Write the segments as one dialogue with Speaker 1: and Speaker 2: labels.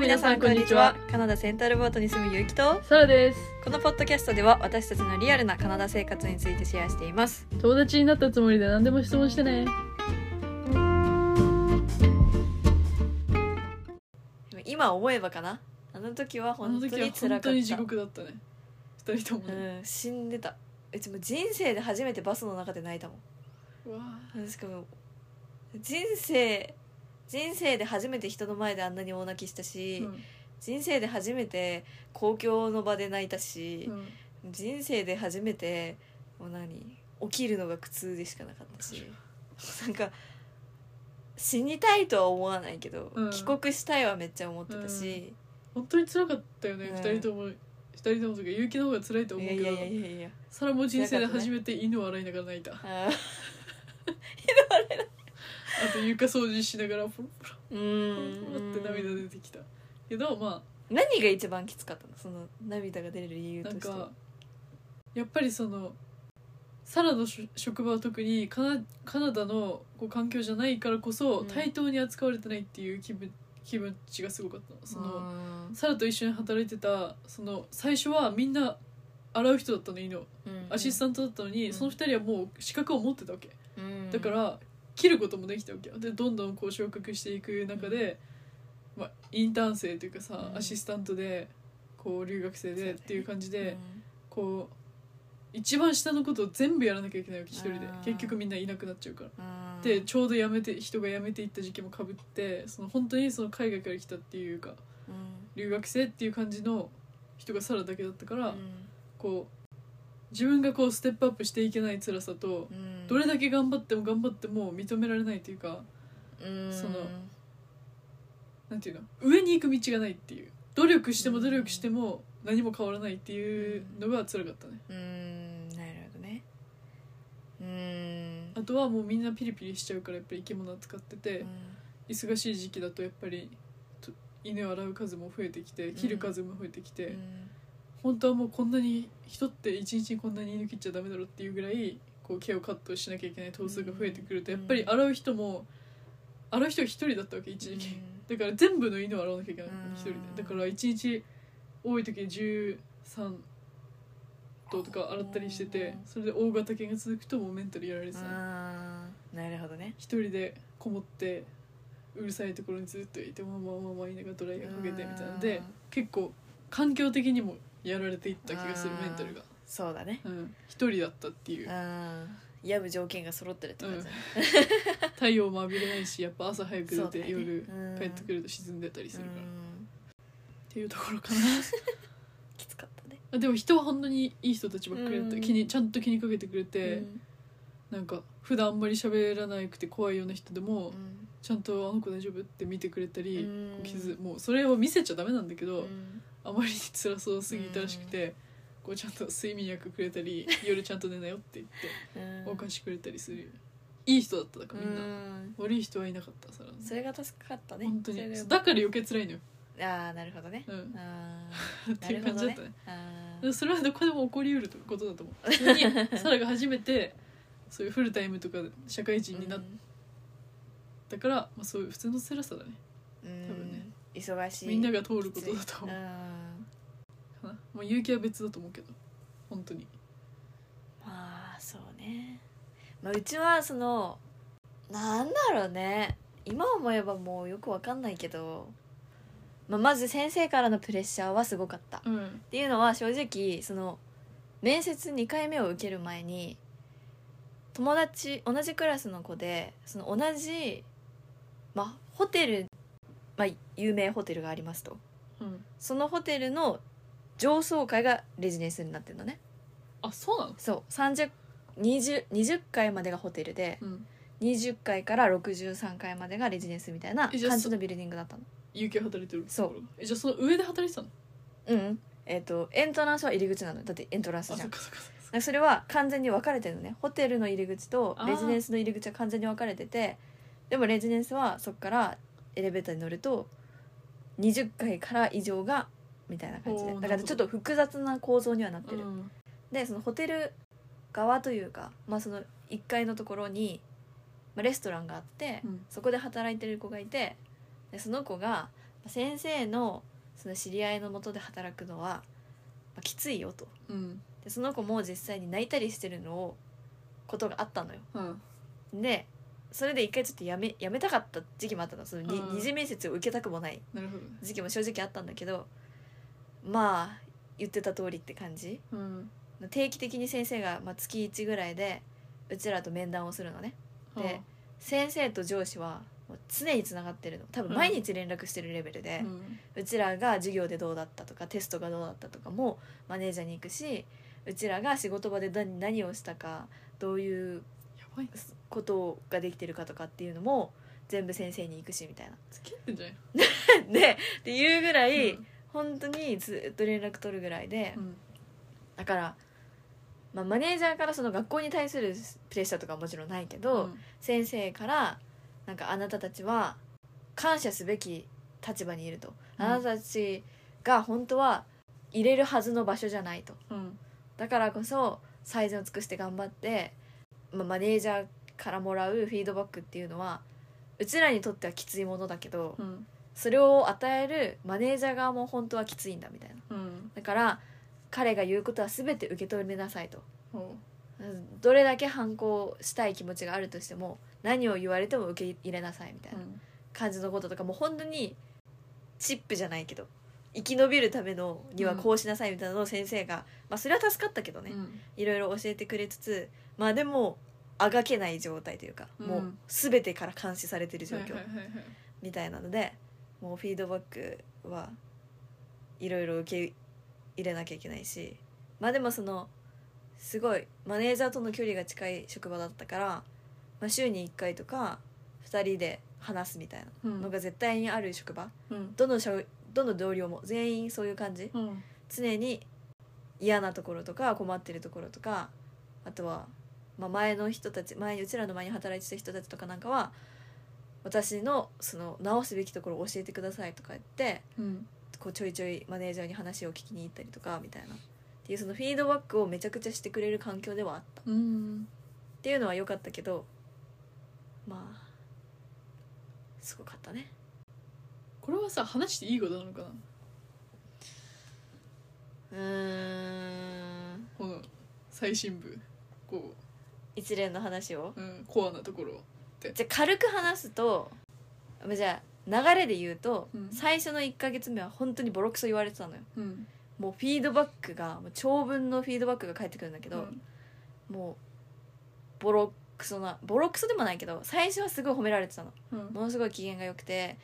Speaker 1: 皆さんこんにちはカナダセンタルボートに住むゆうきと
Speaker 2: サラです
Speaker 1: このポッドキャストでは私たちのリアルなカナダ生活についてシェアしています
Speaker 2: 友達になったつもりで何でも質問してね
Speaker 1: でも今思えばかなあの時は
Speaker 2: あ
Speaker 1: 本
Speaker 2: の
Speaker 1: 当
Speaker 2: 時
Speaker 1: に
Speaker 2: は
Speaker 1: 辛
Speaker 2: 本
Speaker 1: かった
Speaker 2: 当に地獄だったね二人とも
Speaker 1: う
Speaker 2: ね、
Speaker 1: ん死んでたうちも人生で初めてバスの中で泣いたも
Speaker 2: うわ
Speaker 1: んしかも人生人生で初めて人の前であんなに大泣きしたし、
Speaker 2: ーうん
Speaker 1: 人生で初めて公共の場で泣いたし、
Speaker 2: うん
Speaker 1: 人生で初めてもう何起きるのが苦痛でしかなかったしなんか死にたいとは思わないけど、
Speaker 2: うん
Speaker 1: 帰国したいはめっちゃ思ってたし、
Speaker 2: 本当に辛かったよね
Speaker 1: ね
Speaker 2: 二、人とも二人ともとか結城の方が辛いと思う
Speaker 1: い
Speaker 2: け
Speaker 1: や
Speaker 2: ど
Speaker 1: いやいやいやいや
Speaker 2: サラも人生で初めて犬を洗いながら泣いたあ
Speaker 1: あー
Speaker 2: と床掃除しながらポロポロ
Speaker 1: う
Speaker 2: ポロポロ
Speaker 1: ん
Speaker 2: って涙出てきたけどまあ
Speaker 1: 何が一番きつかったのその涙が出る理由と
Speaker 2: なん
Speaker 1: して
Speaker 2: かやっぱりそのサラのし職場は特にカナカナダのこう環境じゃないからこそ
Speaker 1: うん
Speaker 2: 対等に扱われてないっていう気分気持ちがすごかったのその
Speaker 1: う
Speaker 2: サラと一緒に働いてたその最初はみんな洗う人だったの犬を
Speaker 1: ん
Speaker 2: アシスタントだったのに、
Speaker 1: うん
Speaker 2: その二人はもう資格を持ってたわけ
Speaker 1: うん
Speaker 2: だから切ることもできたわけよでどんどんこう昇格していく中で、まあ、インターン生というかさ、
Speaker 1: うん
Speaker 2: アシスタントでこう留学生
Speaker 1: そうだ
Speaker 2: でっ
Speaker 1: ね
Speaker 2: ていう感じで。
Speaker 1: うん
Speaker 2: こう一番下のことを全部やらなきゃいけないわけ一人で
Speaker 1: あー
Speaker 2: 結局みんないなくなっちゃうから。
Speaker 1: うん
Speaker 2: でちょうど辞めて人が辞めていった時期もかぶってその本当にその海外から来たっていうか
Speaker 1: うん
Speaker 2: 留学生っていう感じの人がサラだけだったから、
Speaker 1: うん
Speaker 2: こう自分がこうステップアップしていけない辛さと、
Speaker 1: うん
Speaker 2: どれだけ頑張っても頑張っても認められないというか
Speaker 1: うん
Speaker 2: そのなんていうの上に行く道がないっていう努力しても努力しても何も変わらないっていうのが辛かったね。
Speaker 1: うんなるほどねうん
Speaker 2: あとはもうみんなピリピリしちゃうからやっぱり生き物扱ってて、
Speaker 1: うん
Speaker 2: 忙しい時期だとやっぱりと犬を洗う数も増えてきて切る数も増えてきて、
Speaker 1: うん
Speaker 2: 本当はもうこんなに人って一日にこんなに犬切っちゃダメだろっていうぐらいこう毛をカットしなきゃいけない頭数が増えてくると
Speaker 1: う
Speaker 2: やっ
Speaker 1: ん
Speaker 2: ぱり洗う人も洗う人が一人だったわけ一時期、だから全部の犬を洗わなきゃいけない
Speaker 1: うん
Speaker 2: 一人でだから一日多い時13頭とか洗ったりしててそれで大型犬が続くともうメンタルやられて
Speaker 1: う
Speaker 2: た
Speaker 1: んなるほどね
Speaker 2: 一人でこもってうるさいところにずっといてまあまあまあまあ言いながらドライヤーかけてみたいなので
Speaker 1: うん
Speaker 2: 結構環境的にもやられていった気がする
Speaker 1: う
Speaker 2: メ
Speaker 1: ん
Speaker 2: ンタルが
Speaker 1: そうだね
Speaker 2: うん一人だったっていう
Speaker 1: うん病む条件が揃ってるって感じだね
Speaker 2: 太陽も浴びれないしやっぱ朝早く
Speaker 1: そう
Speaker 2: 出て
Speaker 1: だね
Speaker 2: 夜
Speaker 1: うん
Speaker 2: 帰ってくると沈んでたりするからっ
Speaker 1: うん
Speaker 2: ていうところかな
Speaker 1: きつかったね
Speaker 2: あでも人は本当にいい人たちばっかりだっ
Speaker 1: う
Speaker 2: た
Speaker 1: ん
Speaker 2: 気にちゃんと気にかけてくれ
Speaker 1: う
Speaker 2: て
Speaker 1: ん
Speaker 2: なんか普段あんまり喋らなくて怖いような人でも
Speaker 1: うん
Speaker 2: ちゃんと「あの子大丈夫?」って見てくれたり
Speaker 1: うん
Speaker 2: こう傷もうそれを見せちゃダメなんだけ
Speaker 1: う
Speaker 2: ど、
Speaker 1: ん
Speaker 2: あまりに辛そうすぎたらしくて、こうちゃんと睡眠薬くれた り夜ちゃんと寝なよって言って
Speaker 1: うん
Speaker 2: お菓子くれたりするいい人だっただからみんな、
Speaker 1: うん
Speaker 2: 悪い人はいなかったさら
Speaker 1: それが助かったね
Speaker 2: 本当に
Speaker 1: それがよか
Speaker 2: だ
Speaker 1: っ
Speaker 2: から余計辛いのよ、
Speaker 1: たああなるほどね
Speaker 2: うん
Speaker 1: あー
Speaker 2: っていう感じだったね
Speaker 1: あ
Speaker 2: でもそれはどこでも起こりうることだと思う 普通にサラが初めてそういうフルタイムとか社会人になったから、まあ、そういう普通の辛さだね
Speaker 1: 多
Speaker 2: 多分ね
Speaker 1: 忙しい
Speaker 2: みんなが通ることだと
Speaker 1: う
Speaker 2: 思う、か
Speaker 1: ん
Speaker 2: なもう勇気は別だと思うけど本当に
Speaker 1: まあそうね、まあ、うちはそのなんだろうね今思えばもうよくわかんないけど、まあ、まず先生からのプレッシャーはすごかったっ
Speaker 2: うん
Speaker 1: ていうのは正直その面接2回目を受ける前に友達同じクラスの子でその同じ、まあ、ホテル、まあ、有名ホテルがありますと
Speaker 2: うん
Speaker 1: そのホテルの上層階がレジデンスになってるのね
Speaker 2: あそうなの
Speaker 1: そう30 20, 20階までがホテルで
Speaker 2: うん
Speaker 1: 20階から63階までがレジデンスみたいな
Speaker 2: えじゃあ
Speaker 1: 感じのビルディングだったの
Speaker 2: 有給働いてる
Speaker 1: そう
Speaker 2: えじゃあその上で働いてたの
Speaker 1: うんえっ、とエントランスは入り口なのよだってエントラン
Speaker 2: あ
Speaker 1: ス
Speaker 2: そっ
Speaker 1: じゃ
Speaker 2: かそ
Speaker 1: ん
Speaker 2: っ
Speaker 1: だか
Speaker 2: かそっから
Speaker 1: それは完全に分かれてるのねホテルの入り口と
Speaker 2: あー
Speaker 1: レジデンスの入り口は完全に分かれててでもレジデンスはそこからエレベーターに乗ると20階から以上がみたいな感じで
Speaker 2: おー
Speaker 1: だからちょっと複雑な構造にはなってる
Speaker 2: うん
Speaker 1: でそのホテル側というか、まあ、その1階のところに、まあ、レストランがあって、
Speaker 2: うん
Speaker 1: そこで働いてる子がいてでその子が先生のその知り合いのもとで働くのは、まあ、きついよと
Speaker 2: うん
Speaker 1: でその子も実際に泣いたりしてるのをことがあったのよ
Speaker 2: うん
Speaker 1: でそれで一回ちょっとやめやめたかった時期もあったのそのに、
Speaker 2: うん
Speaker 1: 二次面接を受けたくもない
Speaker 2: なるほど
Speaker 1: 時期も正直あったんだけどまあ言ってた通りって感じ
Speaker 2: うん
Speaker 1: 定期的に先生が、まあ、月1ぐらいでうちらと面談をするのねで先生と上司はもう常につながってるの多分毎日連絡してるレベル
Speaker 2: あ
Speaker 1: で
Speaker 2: う、ん
Speaker 1: うちらが授業でどうだったとかテストがどうだったとかもマネージャーに行くしうちらが仕事場で何何をしたかどういう
Speaker 2: やばいね
Speaker 1: ことができてるかとかっていうのも全部先生に行くしみたいな。
Speaker 2: 付き合ってんじゃない
Speaker 1: でっていうぐらい、
Speaker 2: うん
Speaker 1: 本当にずっと連絡取るぐらいで、
Speaker 2: うん
Speaker 1: だから、まあ、マネージャーからその学校に対するプレッシャーとかはもちろんないけど、
Speaker 2: うん
Speaker 1: 先生からなんかあなたたちは感謝すべき立場にいると、
Speaker 2: うん
Speaker 1: あなたたちが本当は入れるはずの場所じゃないと
Speaker 2: うん
Speaker 1: だからこそ最善を尽くして頑張って、まあ、マネージャーからもらうフィードバックっていうのはうちらにとってはきついものだけど
Speaker 2: うん
Speaker 1: それを与えるマネージャー側も本当はきついんだみたいな
Speaker 2: うん
Speaker 1: だから彼が言うことは全て受け取りなさいと
Speaker 2: ほ
Speaker 1: どれだけ反抗したい気持ちがあるとしても何を言われても受け入れなさいみたいうな
Speaker 2: うん
Speaker 1: 感じのこととかもう本当にチップじゃないけど生き延びるためのにはこうしなさいみたいなのを先生が、まあそれは助かったけどね、
Speaker 2: うん
Speaker 1: いろいろ教えてくれつつまあでもあがけない状態というか、もう全てから監視されてる状
Speaker 2: はいはい
Speaker 1: 況
Speaker 2: はいはい
Speaker 1: みたいなので、もうフィードバックはいろいろ受け入れなきゃいけないしまあでもそのすごいマネージャーとの距離が近い職場だったから、まあ、週に1回とか2人で話すみたいな
Speaker 2: うん
Speaker 1: のが絶対にある職場
Speaker 2: うん
Speaker 1: どのしょどの同僚も全員そういう感じ
Speaker 2: うん
Speaker 1: 常に嫌なところとか困ってるところとかあとは、まあ、前の人たち前にうちらの前に働いてた人たちとかなんかは私のその直すべきところを教えてくださいとか言って
Speaker 2: うん
Speaker 1: こうちょいちょいマネージャーに話を聞きに行ったりとかみたいなっていうそのフィードバックをめちゃくちゃしてくれる環境ではあったっ
Speaker 2: うん
Speaker 1: ていうのは良かったけどまあすごかったね
Speaker 2: これはさ話していいことなのかな
Speaker 1: うーん
Speaker 2: この最新部こ
Speaker 1: 一連の話を
Speaker 2: う、うん、コアなところ
Speaker 1: じゃあ軽く話すとまあじゃあ流れで言うと、
Speaker 2: うん
Speaker 1: 最初の1ヶ月目は本当にボロクソ言われてたのよ
Speaker 2: うん
Speaker 1: もうフィードバックがもう長文のフィードバックが返ってくるんだけど、もうボロクソなボロクソでもないけど最初はすごい褒められてたの
Speaker 2: うん
Speaker 1: ものすごい機嫌が良くて、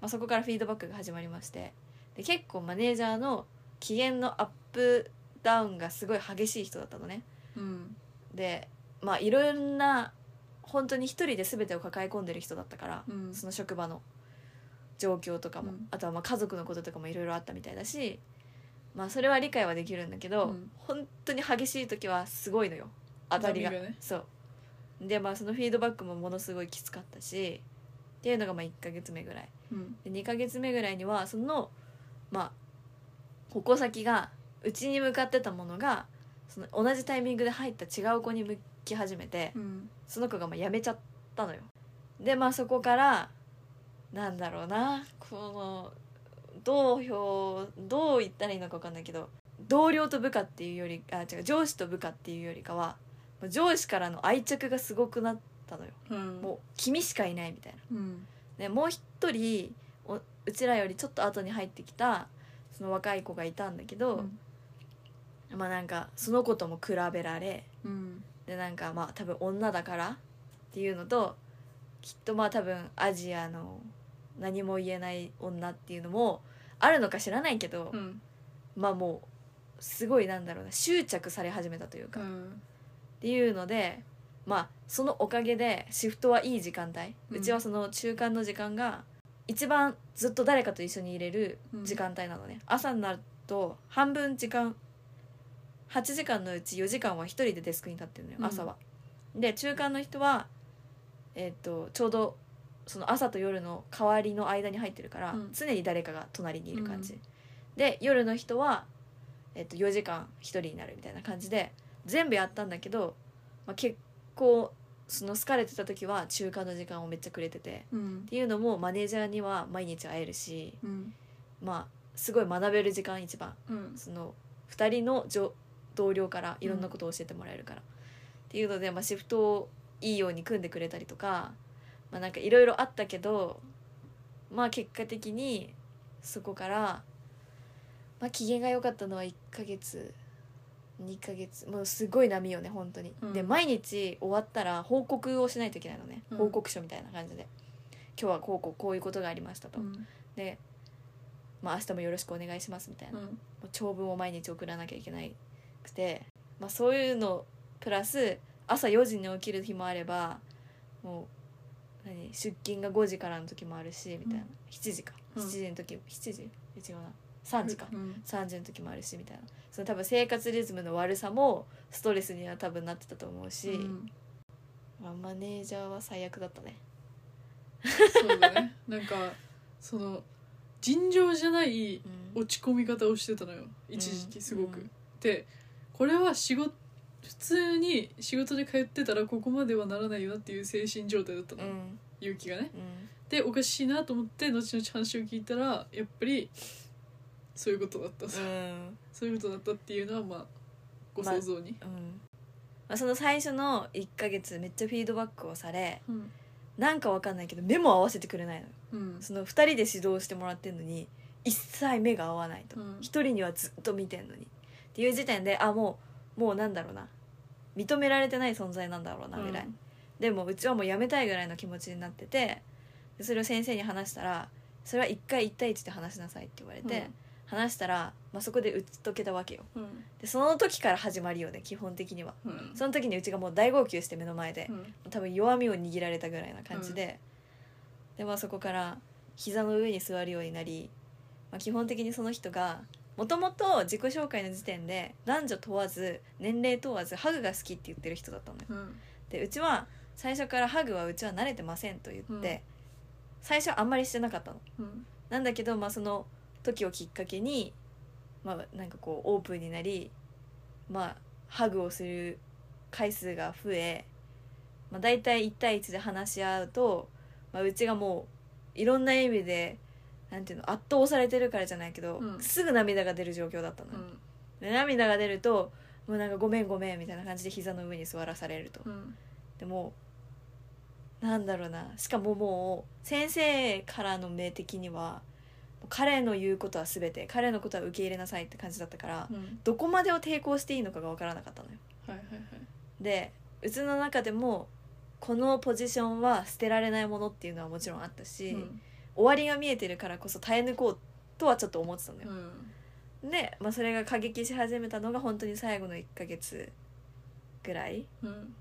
Speaker 1: まあ、そこからフィードバックが始まりましてで結構マネージャーの機嫌のアップダウンがすごい激しい人だったのね
Speaker 2: うん
Speaker 1: でまあいろんな本当に一人で全てを抱え込んでる人だったから、
Speaker 2: うん
Speaker 1: その職場の状況とかも、
Speaker 2: うん
Speaker 1: あとはまあ家族のこととかもいろいろあったみたいだし、まあ、それは理解はできるんだけ
Speaker 2: う
Speaker 1: ど、
Speaker 2: ん
Speaker 1: 本当に激しい時はすごいのよ当たりが。
Speaker 2: 波ね
Speaker 1: そうでまあそのフィードバックもものすごいきつかったしっていうのがまあ1ヶ月目ぐらい
Speaker 2: うん
Speaker 1: で2ヶ月目ぐらいにはそのまあ矛先がうちに向かってたものがその同じタイミングで入った違う子に向き始めて
Speaker 2: うん
Speaker 1: その子がまあ辞めちゃったのよでまあそこからなんだろうなこのどう表どう言ったらいいのか分かんないけど同僚と部下っていうよりあ違う上司と部下っていうよりかはもう上司からの愛着がすごくなったのよ
Speaker 2: うん
Speaker 1: もう君しかいないみたいな。
Speaker 2: うん
Speaker 1: ね、もう一人おうちらよりちょっと後に入ってきたその若い子がいたんだけど、まあなんかその子とも比べられ
Speaker 2: うん
Speaker 1: でなんかまあ多分女だからっていうのときっとまあ多分アジアの何も言えない女っていうのもあるのか知らないけど、
Speaker 2: うん
Speaker 1: まあもうすごいなんだろうな執着され始めたというか、
Speaker 2: う
Speaker 1: っ
Speaker 2: ん
Speaker 1: ていうのでまあそのおかげでシフトはいい時間帯、
Speaker 2: う
Speaker 1: うんちはその中間の時間が一番ずっと誰かと一緒にいれる時間帯なのね、朝になると半分時間8時間のうち4時間は一人でデスクに立ってるのよ
Speaker 2: うん
Speaker 1: 朝は。で中間の人は、えっとちょうどその朝と夜の代わりの間に入ってるから、
Speaker 2: うん
Speaker 1: 常に誰かが隣にいる感じ、
Speaker 2: う
Speaker 1: で夜の人は、えっと4時間一人になるみたいな感じで全部やったんだけど、まあ、結構その好かれてた時は中間の時間をめっちゃくれてて
Speaker 2: うん
Speaker 1: っていうのもマネージャーには毎日会えるし
Speaker 2: うん
Speaker 1: まあすごい学べる時間一番
Speaker 2: うん
Speaker 1: その2人のじょ同僚からいろんなことを教えてもらえるから、っていうので、まあ、シフトをいいように組んでくれたりとか、まあ、なんかいろいろあったけどまあ結果的にそこから、まあ、機嫌が良かったのは1ヶ月2ヶ月もうすごい波よね本当に、
Speaker 2: うん
Speaker 1: で毎日終わったら報告をしないといけないのね、
Speaker 2: うん
Speaker 1: 報告書みたいな感じで「今日はこうこうこういうことがありましたと」
Speaker 2: うん
Speaker 1: で、まあ、明日もよろしくお願いします」みたいな。
Speaker 2: うん
Speaker 1: もう長文を毎日送らなきゃいけなくて、まあ、そういうのプラス朝4時に起きる日もあればもう何出勤が5時からの時もあるしみたいな、
Speaker 2: うん
Speaker 1: 7時か
Speaker 2: うん
Speaker 1: 7時の時、7時え違うな3時か、
Speaker 2: うん
Speaker 1: 3時の時もあるしみたいなその多分生活リズムの悪さもストレスには多分なってたと思うし、
Speaker 2: うん
Speaker 1: まあ、マネージャーは最悪だったね
Speaker 2: そうだねなんかその尋常じゃない
Speaker 1: うん
Speaker 2: 落ち込み方をしてたのよ一時
Speaker 1: う
Speaker 2: 期
Speaker 1: ん
Speaker 2: すごく、
Speaker 1: うん
Speaker 2: でこれは仕事普通に仕事で通ってたらここまではならないよなっていう精神状態だったの、
Speaker 1: うん
Speaker 2: 勇気がね
Speaker 1: うん
Speaker 2: でおかしいなと思って後々話を聞いたらやっぱりそういうことだった、
Speaker 1: うん
Speaker 2: そういうことだったっていうのはまあご想像に、
Speaker 1: うんまあ、その最初の1ヶ月めっちゃフィードバックをされ
Speaker 2: うん
Speaker 1: なんかわかんないけど目も合わせてくれないのよ
Speaker 2: うん
Speaker 1: その2人で指導してもらってんのに一切目が合わないと、
Speaker 2: うん
Speaker 1: 一1人にはずっと見てんのにっていう時点であもうもうなんだろうな認められてない存在なんだろうなぐらい、でもうちはもうやめたいぐらいの気持ちになっててでそれを先生に話したらそれは1回1対1で話しなさいって言われて、話したら、まあ、そこで打ち解けたわけよ
Speaker 2: うんうん
Speaker 1: でその時から始まりよね基本的には
Speaker 2: うん
Speaker 1: その時にうちがもう大号泣して目の前で
Speaker 2: う、ん
Speaker 1: 多分弱みを握られたぐらいな感じで、でまあそこから膝の上に座るようになり、まあ、基本的にその人がもともと自己紹介の時点で男女問わず年齢問わずハグが好きって言ってる人だったのよ
Speaker 2: うん
Speaker 1: でうちは最初からハグはうちは慣れてませんと言って、
Speaker 2: うん
Speaker 1: 最初はあんまりしてなかったの
Speaker 2: うん
Speaker 1: なんだけど、まあ、その時をきっかけに、まあ、なんかこうオープンになり、まあ、ハグをする回数が増え、まあ、大体1対1で話し合うと、まあ、うちがもういろんな意味でなんていうの圧倒されてるからじゃないけど、
Speaker 2: うん
Speaker 1: すぐ涙が出る状況だったの
Speaker 2: う
Speaker 1: よ、
Speaker 2: ん
Speaker 1: で涙が出ると「もうなんかごめんごめん」みたいな感じで膝の上に座らされると。
Speaker 2: うん
Speaker 1: でもなんだろうなしかももう先生からの目的には彼の言うことは全て彼のことは受け入れなさいって感じだったから、
Speaker 2: うん
Speaker 1: どこまでを抵抗していいのかが分からなかったのよ。
Speaker 2: はいはいはい
Speaker 1: でうちの中でもこのポジションは捨てられないものっていうのはもちろんあったし、
Speaker 2: うん
Speaker 1: 終わりが見えてるからこそ耐え抜こうとはちょっと思ってたのよ。
Speaker 2: うん
Speaker 1: で、まあ、それが過激し始めたのが本当に最後の1ヶ月ぐらい
Speaker 2: うん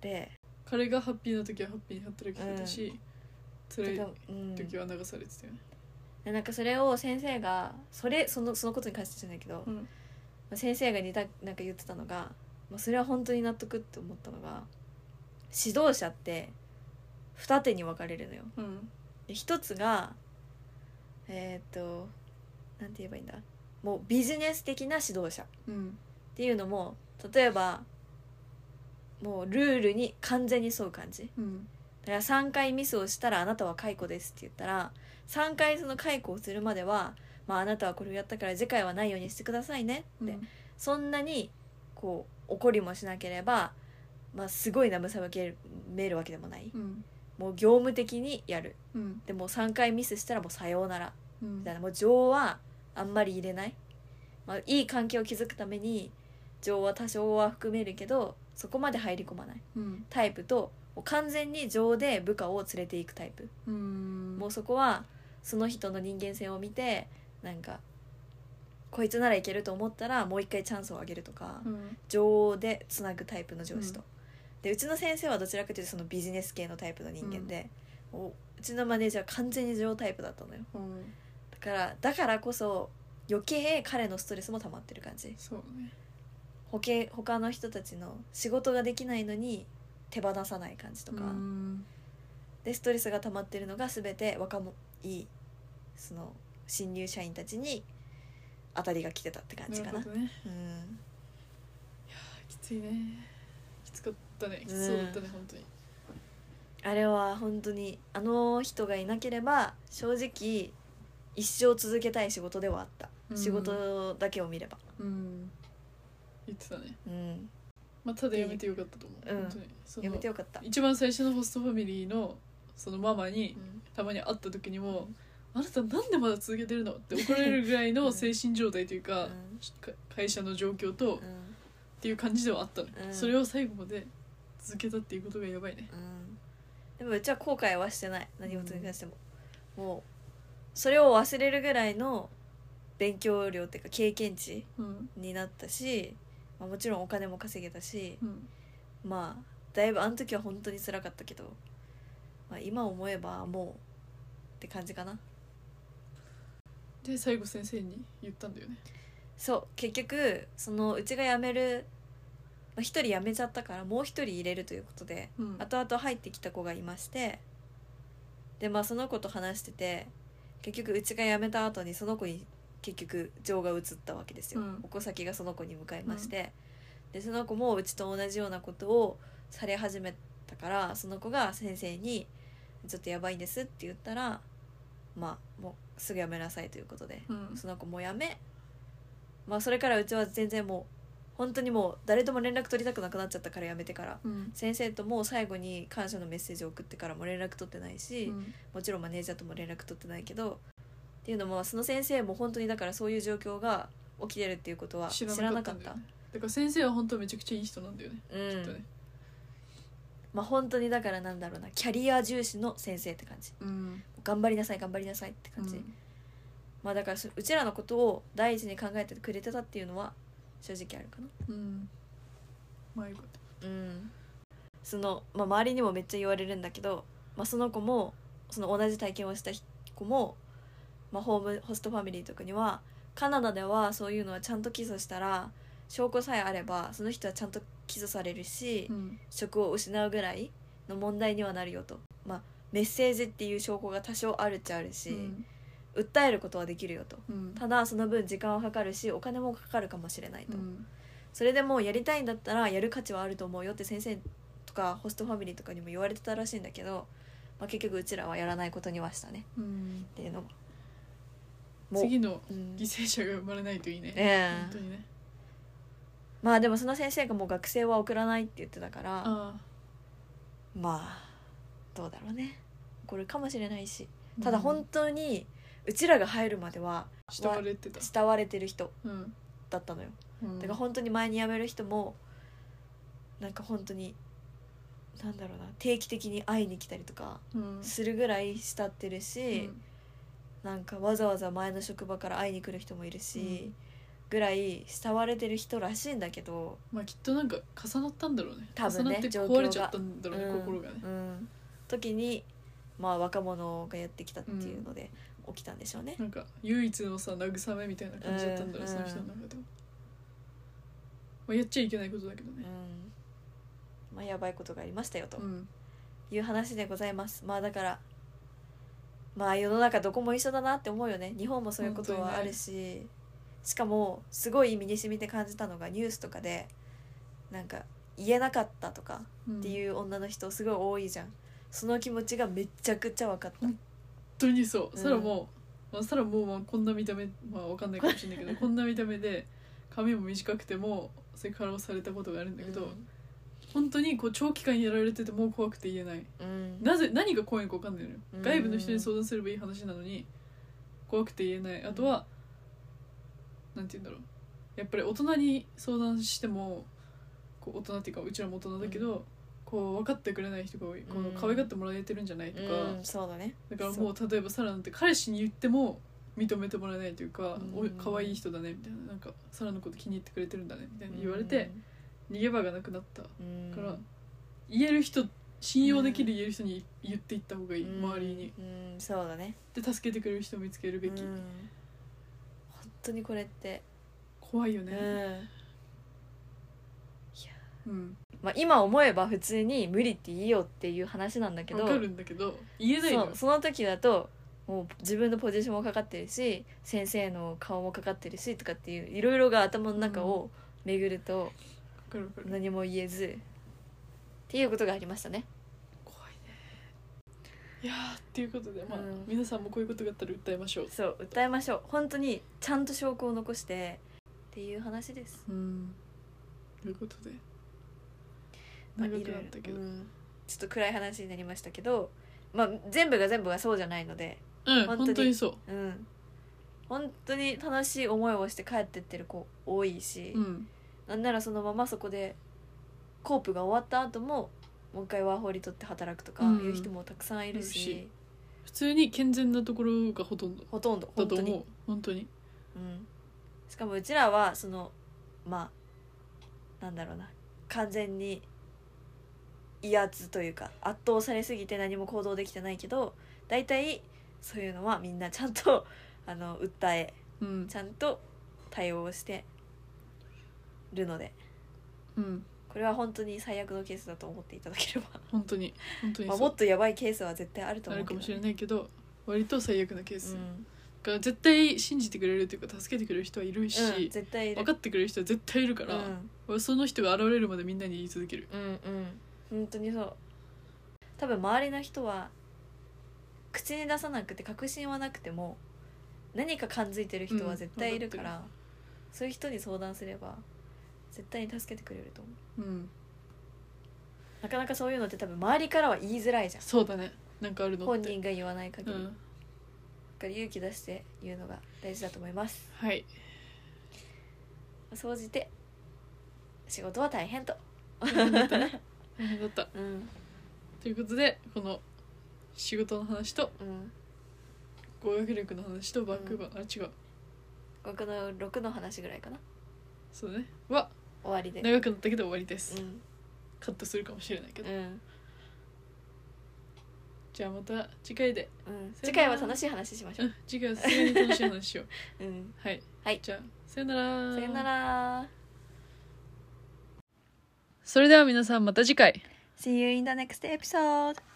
Speaker 1: で
Speaker 2: 彼がハッピーな時はハッピーに働きてたし、辛
Speaker 1: て
Speaker 2: い
Speaker 1: かうん
Speaker 2: 時は流されてたよね、
Speaker 1: でなんかそれを先生がそれそのそのことに関してじゃないけど、ま
Speaker 2: うん
Speaker 1: あ先生が似たなんか言ってたのが、まあ、それは本当に納得って思ったのが指導者って二手に分かれるのよ。
Speaker 2: うん
Speaker 1: で一つがえーっとなんて言えばいいんだもうビジネス的な指導者っ
Speaker 2: うん
Speaker 1: ていうのも例えばもうルールに完全に沿う感じ
Speaker 2: うん
Speaker 1: だから3回ミスをしたらあなたは解雇ですって言ったら3回その解雇をするまでは、まあ、あなたはこれをやったから次回はないようにしてくださいねって、そんなにこう怒りもしなければ、まあ、すごい慰めるわけでもない
Speaker 2: うん
Speaker 1: もう業務的にやる
Speaker 2: うん
Speaker 1: でも3回ミスしたらもうさようなら
Speaker 2: うん
Speaker 1: みたいなもう情はあんまり入れない、まあ、いい関係を築くために情は多少は含めるけどそこまで入り込まない
Speaker 2: うん
Speaker 1: タイプともう完全に情で部下を連れていくタイプ、
Speaker 2: うん
Speaker 1: もうそこはその人の人間性を見てなんかこいつならいけると思ったらもう一回チャンスをあげるとか、
Speaker 2: うん
Speaker 1: 情でつなぐタイプの上司と、
Speaker 2: う
Speaker 1: でうちの先生はどちらかというとそのビジネス系のタイプの人間で、ううちのマネージャーは完全に情タイプだったのよ
Speaker 2: うん
Speaker 1: だからだからこそ余計彼のストレスも溜まってる感じ
Speaker 2: そうね
Speaker 1: 保険他の人たちの仕事ができないのに手放さない感じとか、
Speaker 2: うん
Speaker 1: でストレスが溜まってるのが全て若もいいその新入社員たちに当たりが来てたって感じか
Speaker 2: る
Speaker 1: な
Speaker 2: ほどね
Speaker 1: うん
Speaker 2: きついねきつかっったねきつそうだったね、本当に
Speaker 1: あれは本当にあの人がいなければ正直一生続けたい仕事ではあった、
Speaker 2: うん
Speaker 1: 仕事だけを見れば
Speaker 2: うん言ってたね
Speaker 1: うん
Speaker 2: まあただやめてよかったと思う、
Speaker 1: うん
Speaker 2: 本当にその
Speaker 1: やめてよかった、
Speaker 2: 一番最初のホストファミリーのそのママに
Speaker 1: うん
Speaker 2: たまに会った時にも「あなたなんでまだ続けてるの?」って怒られるぐらい
Speaker 1: う
Speaker 2: の
Speaker 1: ん
Speaker 2: 精神状態というか,、
Speaker 1: うん
Speaker 2: 会社の状況と、っ
Speaker 1: うん
Speaker 2: ていう感じではあったの、
Speaker 1: うん
Speaker 2: それを最後まで続けたっていうことがやばいね
Speaker 1: うんでもうちは後悔はしてない何事に関しても、もうそれを忘れるぐらいの勉強量っていうか経験値
Speaker 2: うん
Speaker 1: になったし、まあ、もちろんお金も稼げたし
Speaker 2: うん
Speaker 1: まあだいぶあの時は本当に辛かったけど、まあ、今思えばもうって感じかな
Speaker 2: で最後先生に言ったんだよね
Speaker 1: そう結局そのうちが辞めるまあ、1人辞めちゃったからもう1人入れるということで
Speaker 2: うん
Speaker 1: 後々入ってきた子がいましてでまあその子と話してて結局うちが辞めた後にその子に結局情が移ったわけですよ、
Speaker 2: うん
Speaker 1: お子先がその子に向かいまして、でその子もうちと同じようなことをされ始めたからその子が先生に「ちょっとやばいんです」って言ったらまあもうすぐ辞めなさいということで
Speaker 2: うん
Speaker 1: その子もやめまあそれからうちは全然もう本当にもう誰とも連絡取りたくなくなっちゃったからやめてから
Speaker 2: うん
Speaker 1: 先生とも最後に感謝のメッセージを送ってからも連絡取ってないし、
Speaker 2: うん
Speaker 1: もちろんマネージャーとも連絡取ってないけどっていうのもその先生も本当にだからそういう状況が起きてるっていうことは
Speaker 2: 知
Speaker 1: 知ら
Speaker 2: ら
Speaker 1: な
Speaker 2: な
Speaker 1: か
Speaker 2: か
Speaker 1: っ
Speaker 2: ったんだ
Speaker 1: た
Speaker 2: よねだから先生は本当めちゃくちゃいい人なんだよね、
Speaker 1: う
Speaker 2: きっと
Speaker 1: ん
Speaker 2: ね
Speaker 1: まあ本当にだからなんだろうなキャリア重視の先生って感じ
Speaker 2: うん
Speaker 1: 頑張りなさい頑張りなさいって感じ、
Speaker 2: うん
Speaker 1: まあだからそうちらのことを第一に考えてくれてたっていうのは正直あるかな
Speaker 2: うんまあよかった
Speaker 1: うん、その、まあ、周りにもめっちゃ言われるんだけど、まあ、その子もその同じ体験をした子も、まあ、ホームホストファミリーとかにはカナダではそういうのはちゃんと起訴したら証拠さえあればその人はちゃんと起訴されるし、
Speaker 2: うん
Speaker 1: 職を失うぐらいの問題にはなるよと、まあ、メッセージっていう証拠が多少あるっちゃあるし、
Speaker 2: うん
Speaker 1: 訴えることはできるよと
Speaker 2: うん
Speaker 1: ただその分時間はかかるしお金もかかるかもしれないと。
Speaker 2: うん
Speaker 1: それでもうやりたいんだったらやる価値はあると思うよって先生とかホストファミリーとかにも言われてたらしいんだけど、まあ、結局うちらはやらないことにはしたね
Speaker 2: うん
Speaker 1: っていうのももう、
Speaker 2: 次の
Speaker 1: うん
Speaker 2: 犠牲者が生まれないといいね
Speaker 1: え
Speaker 2: 本当
Speaker 1: え
Speaker 2: にね
Speaker 1: まあでもその先生がもう学生は送らないって言ってたから
Speaker 2: ああ
Speaker 1: まあどうだろうねこれかもしれないし
Speaker 2: うん
Speaker 1: ただ本当にうちらが入るまでは
Speaker 2: 慕われてた
Speaker 1: 慕われてる人
Speaker 2: うん
Speaker 1: だったのよ
Speaker 2: うん
Speaker 1: だから本当に前に辞める人もなんか本当になんだろうな定期的に会いに来たりとか
Speaker 2: うん
Speaker 1: するぐらい慕ってる
Speaker 2: う
Speaker 1: し、
Speaker 2: ん
Speaker 1: なんかわざわざ前の職場から会いに来る人もいるし、
Speaker 2: うん
Speaker 1: ぐらい慕われてる人らしいんだけど、
Speaker 2: まあきっとなんか重なったんだろうね
Speaker 1: 多分ね
Speaker 2: 重なって
Speaker 1: 状況が
Speaker 2: 壊れちゃったんだろう
Speaker 1: う
Speaker 2: ね
Speaker 1: ん
Speaker 2: 心がね
Speaker 1: うん、時に、まあ、若者がやってきたっていうので起きたんでしょうね。
Speaker 2: なんか唯一のさ慰めみたいな感じだったんだろう
Speaker 1: うん
Speaker 2: その人の中ではまあやっちゃいけないことだけど
Speaker 1: うん
Speaker 2: ね
Speaker 1: まあ、やばいことがありましたよと
Speaker 2: うん
Speaker 1: いう話でございます。まあだからまあ世の中どこも一緒だなって思うよね日本もそういうことはあるし、しかもすごい身に染みて感じたのがニュースとかでなんか言えなかったとか
Speaker 2: うん
Speaker 1: って
Speaker 2: 本
Speaker 1: いう女の人すごい多いじゃんその気持ちがめちゃくちゃ分かった、
Speaker 2: うん当にそううんサラもまあサラもまあこんな見た目まあわかんないかもしれない けどこんな見た目で髪も短くてもセクハラをされたことがあるんだけど本当にこう長期間やられててもう怖くて言えない
Speaker 1: うん
Speaker 2: なぜ何が怖いのか分かんないのよ
Speaker 1: うん
Speaker 2: 外部の人に相談すればいい話なのに怖くて言えないあとは、なんて言うんだろうやっぱり大人に相談してもこう大人っていうかうちらも大人だけど、こう分かってくれない人が多いこの可愛がってもらえてるんじゃないとか、
Speaker 1: うんそうだね
Speaker 2: だからもう例えばサラなんて彼氏に言っても認めてもらえないというか「
Speaker 1: うん
Speaker 2: お可愛い人だね」みたいななんか「サラのこと気に入ってくれてるんだね」みたいな言われて、逃げ場がなくなった
Speaker 1: うん
Speaker 2: から、言える人信用できる言える人に言っていった方がいい、
Speaker 1: うん
Speaker 2: 周りに
Speaker 1: うんそうだね
Speaker 2: で助けてくれる人を見つけるべき、
Speaker 1: うん本当にこれって、
Speaker 2: 怖いよ
Speaker 1: う
Speaker 2: ね
Speaker 1: ん
Speaker 2: うん、
Speaker 1: まあ、今思えば普通に無理っていいよっていう話なんだけ
Speaker 2: わ
Speaker 1: ど
Speaker 2: かるんだけど言えないの
Speaker 1: そ
Speaker 2: よ
Speaker 1: うその時だともう自分のポジションもかかってるし先生の顔もかかってるしとかっていういろいろが頭の中を巡ると
Speaker 2: わかるわかる
Speaker 1: 何も言えずていうことがありましたね
Speaker 2: 怖いねいやーっていうことでまあ、
Speaker 1: うん
Speaker 2: 皆さんもこういうことがあったら訴えましょう
Speaker 1: そう訴えましょう本当にちゃんと証拠を残してっていう話です
Speaker 2: うんということで
Speaker 1: まあ
Speaker 2: 長
Speaker 1: い
Speaker 2: く
Speaker 1: ろ
Speaker 2: な
Speaker 1: いろ
Speaker 2: ったけど、
Speaker 1: うんちょっと暗い話になりましたけど、まあ、全部が全部がそうじゃないので
Speaker 2: うん、
Speaker 1: 本当に
Speaker 2: 本当にそ
Speaker 1: うん本当に楽しい思いをして帰ってってる子多いし、
Speaker 2: ううん
Speaker 1: なんならそのままそこでコープが終わった後ももう一回ワーホリ取って働くとか
Speaker 2: うん
Speaker 1: いう人もたくさんいるし、
Speaker 2: いるし普通に健全なところがほとんど
Speaker 1: ほとんど
Speaker 2: だ
Speaker 1: 本
Speaker 2: と
Speaker 1: 当
Speaker 2: 思う
Speaker 1: に
Speaker 2: 本当に
Speaker 1: うん、しかもうちらはそのまあなんだろうな完全に威圧というか圧倒されすぎて何も行動できてないけど大体そういうのはみんなちゃんとあの訴え
Speaker 2: うん
Speaker 1: ちゃんと対応してるので
Speaker 2: うん
Speaker 1: これは本当に最悪のケースだと思っていただければ、
Speaker 2: 本当に本当に
Speaker 1: まあ、
Speaker 2: そ
Speaker 1: も
Speaker 2: う
Speaker 1: っとやばいケースは絶対あると
Speaker 2: あ
Speaker 1: 思
Speaker 2: る
Speaker 1: うけ
Speaker 2: か
Speaker 1: ど
Speaker 2: もしれ
Speaker 1: ね、
Speaker 2: ないけど割と最悪なケー
Speaker 1: う
Speaker 2: ス、だ
Speaker 1: ん
Speaker 2: から絶対信じてくれるというか助けてくれる人はいるし、
Speaker 1: うん、絶対いる
Speaker 2: 分かってくれる人は絶対いるか
Speaker 1: う
Speaker 2: ら、
Speaker 1: ん
Speaker 2: 俺はその人が現れるまでみんなに言い続ける
Speaker 1: うんうん本当にそう多分周りの人は口に出さなくて確信はなくても何か感づいてる人は絶対いるから、
Speaker 2: うん
Speaker 1: そういう人に相談すれば絶対に助けてくれると思う
Speaker 2: うん
Speaker 1: なかなかそういうのって多分周りからは言いづらいじゃん
Speaker 2: そうだねなんかあるのっ
Speaker 1: 本
Speaker 2: て
Speaker 1: 人が言わない限り、
Speaker 2: う
Speaker 1: だ
Speaker 2: ん
Speaker 1: から勇気出して言うのが大事だと思います
Speaker 2: はい
Speaker 1: 総じて仕事は大変と、
Speaker 2: 大変だった
Speaker 1: うん
Speaker 2: ということでこの仕事の話と
Speaker 1: うん、
Speaker 2: 語学力の話とバックーバー、あ違う
Speaker 1: 僕の6の話ぐらいかな
Speaker 2: そうだねは
Speaker 1: 終わりで、
Speaker 2: 長くなったけど終わりです、
Speaker 1: うん
Speaker 2: カットするかもしれないけど、
Speaker 1: うん
Speaker 2: じゃあまた次回で、
Speaker 1: うん、
Speaker 2: さよなら
Speaker 1: 次回は楽しい話しましょ
Speaker 2: うん、次回はさすがに楽しい話しよう
Speaker 1: う、うん、
Speaker 2: はい、
Speaker 1: はい
Speaker 2: じゃあさよなら
Speaker 1: さよなら
Speaker 2: それでは皆さんまた次回
Speaker 1: See you in the next episode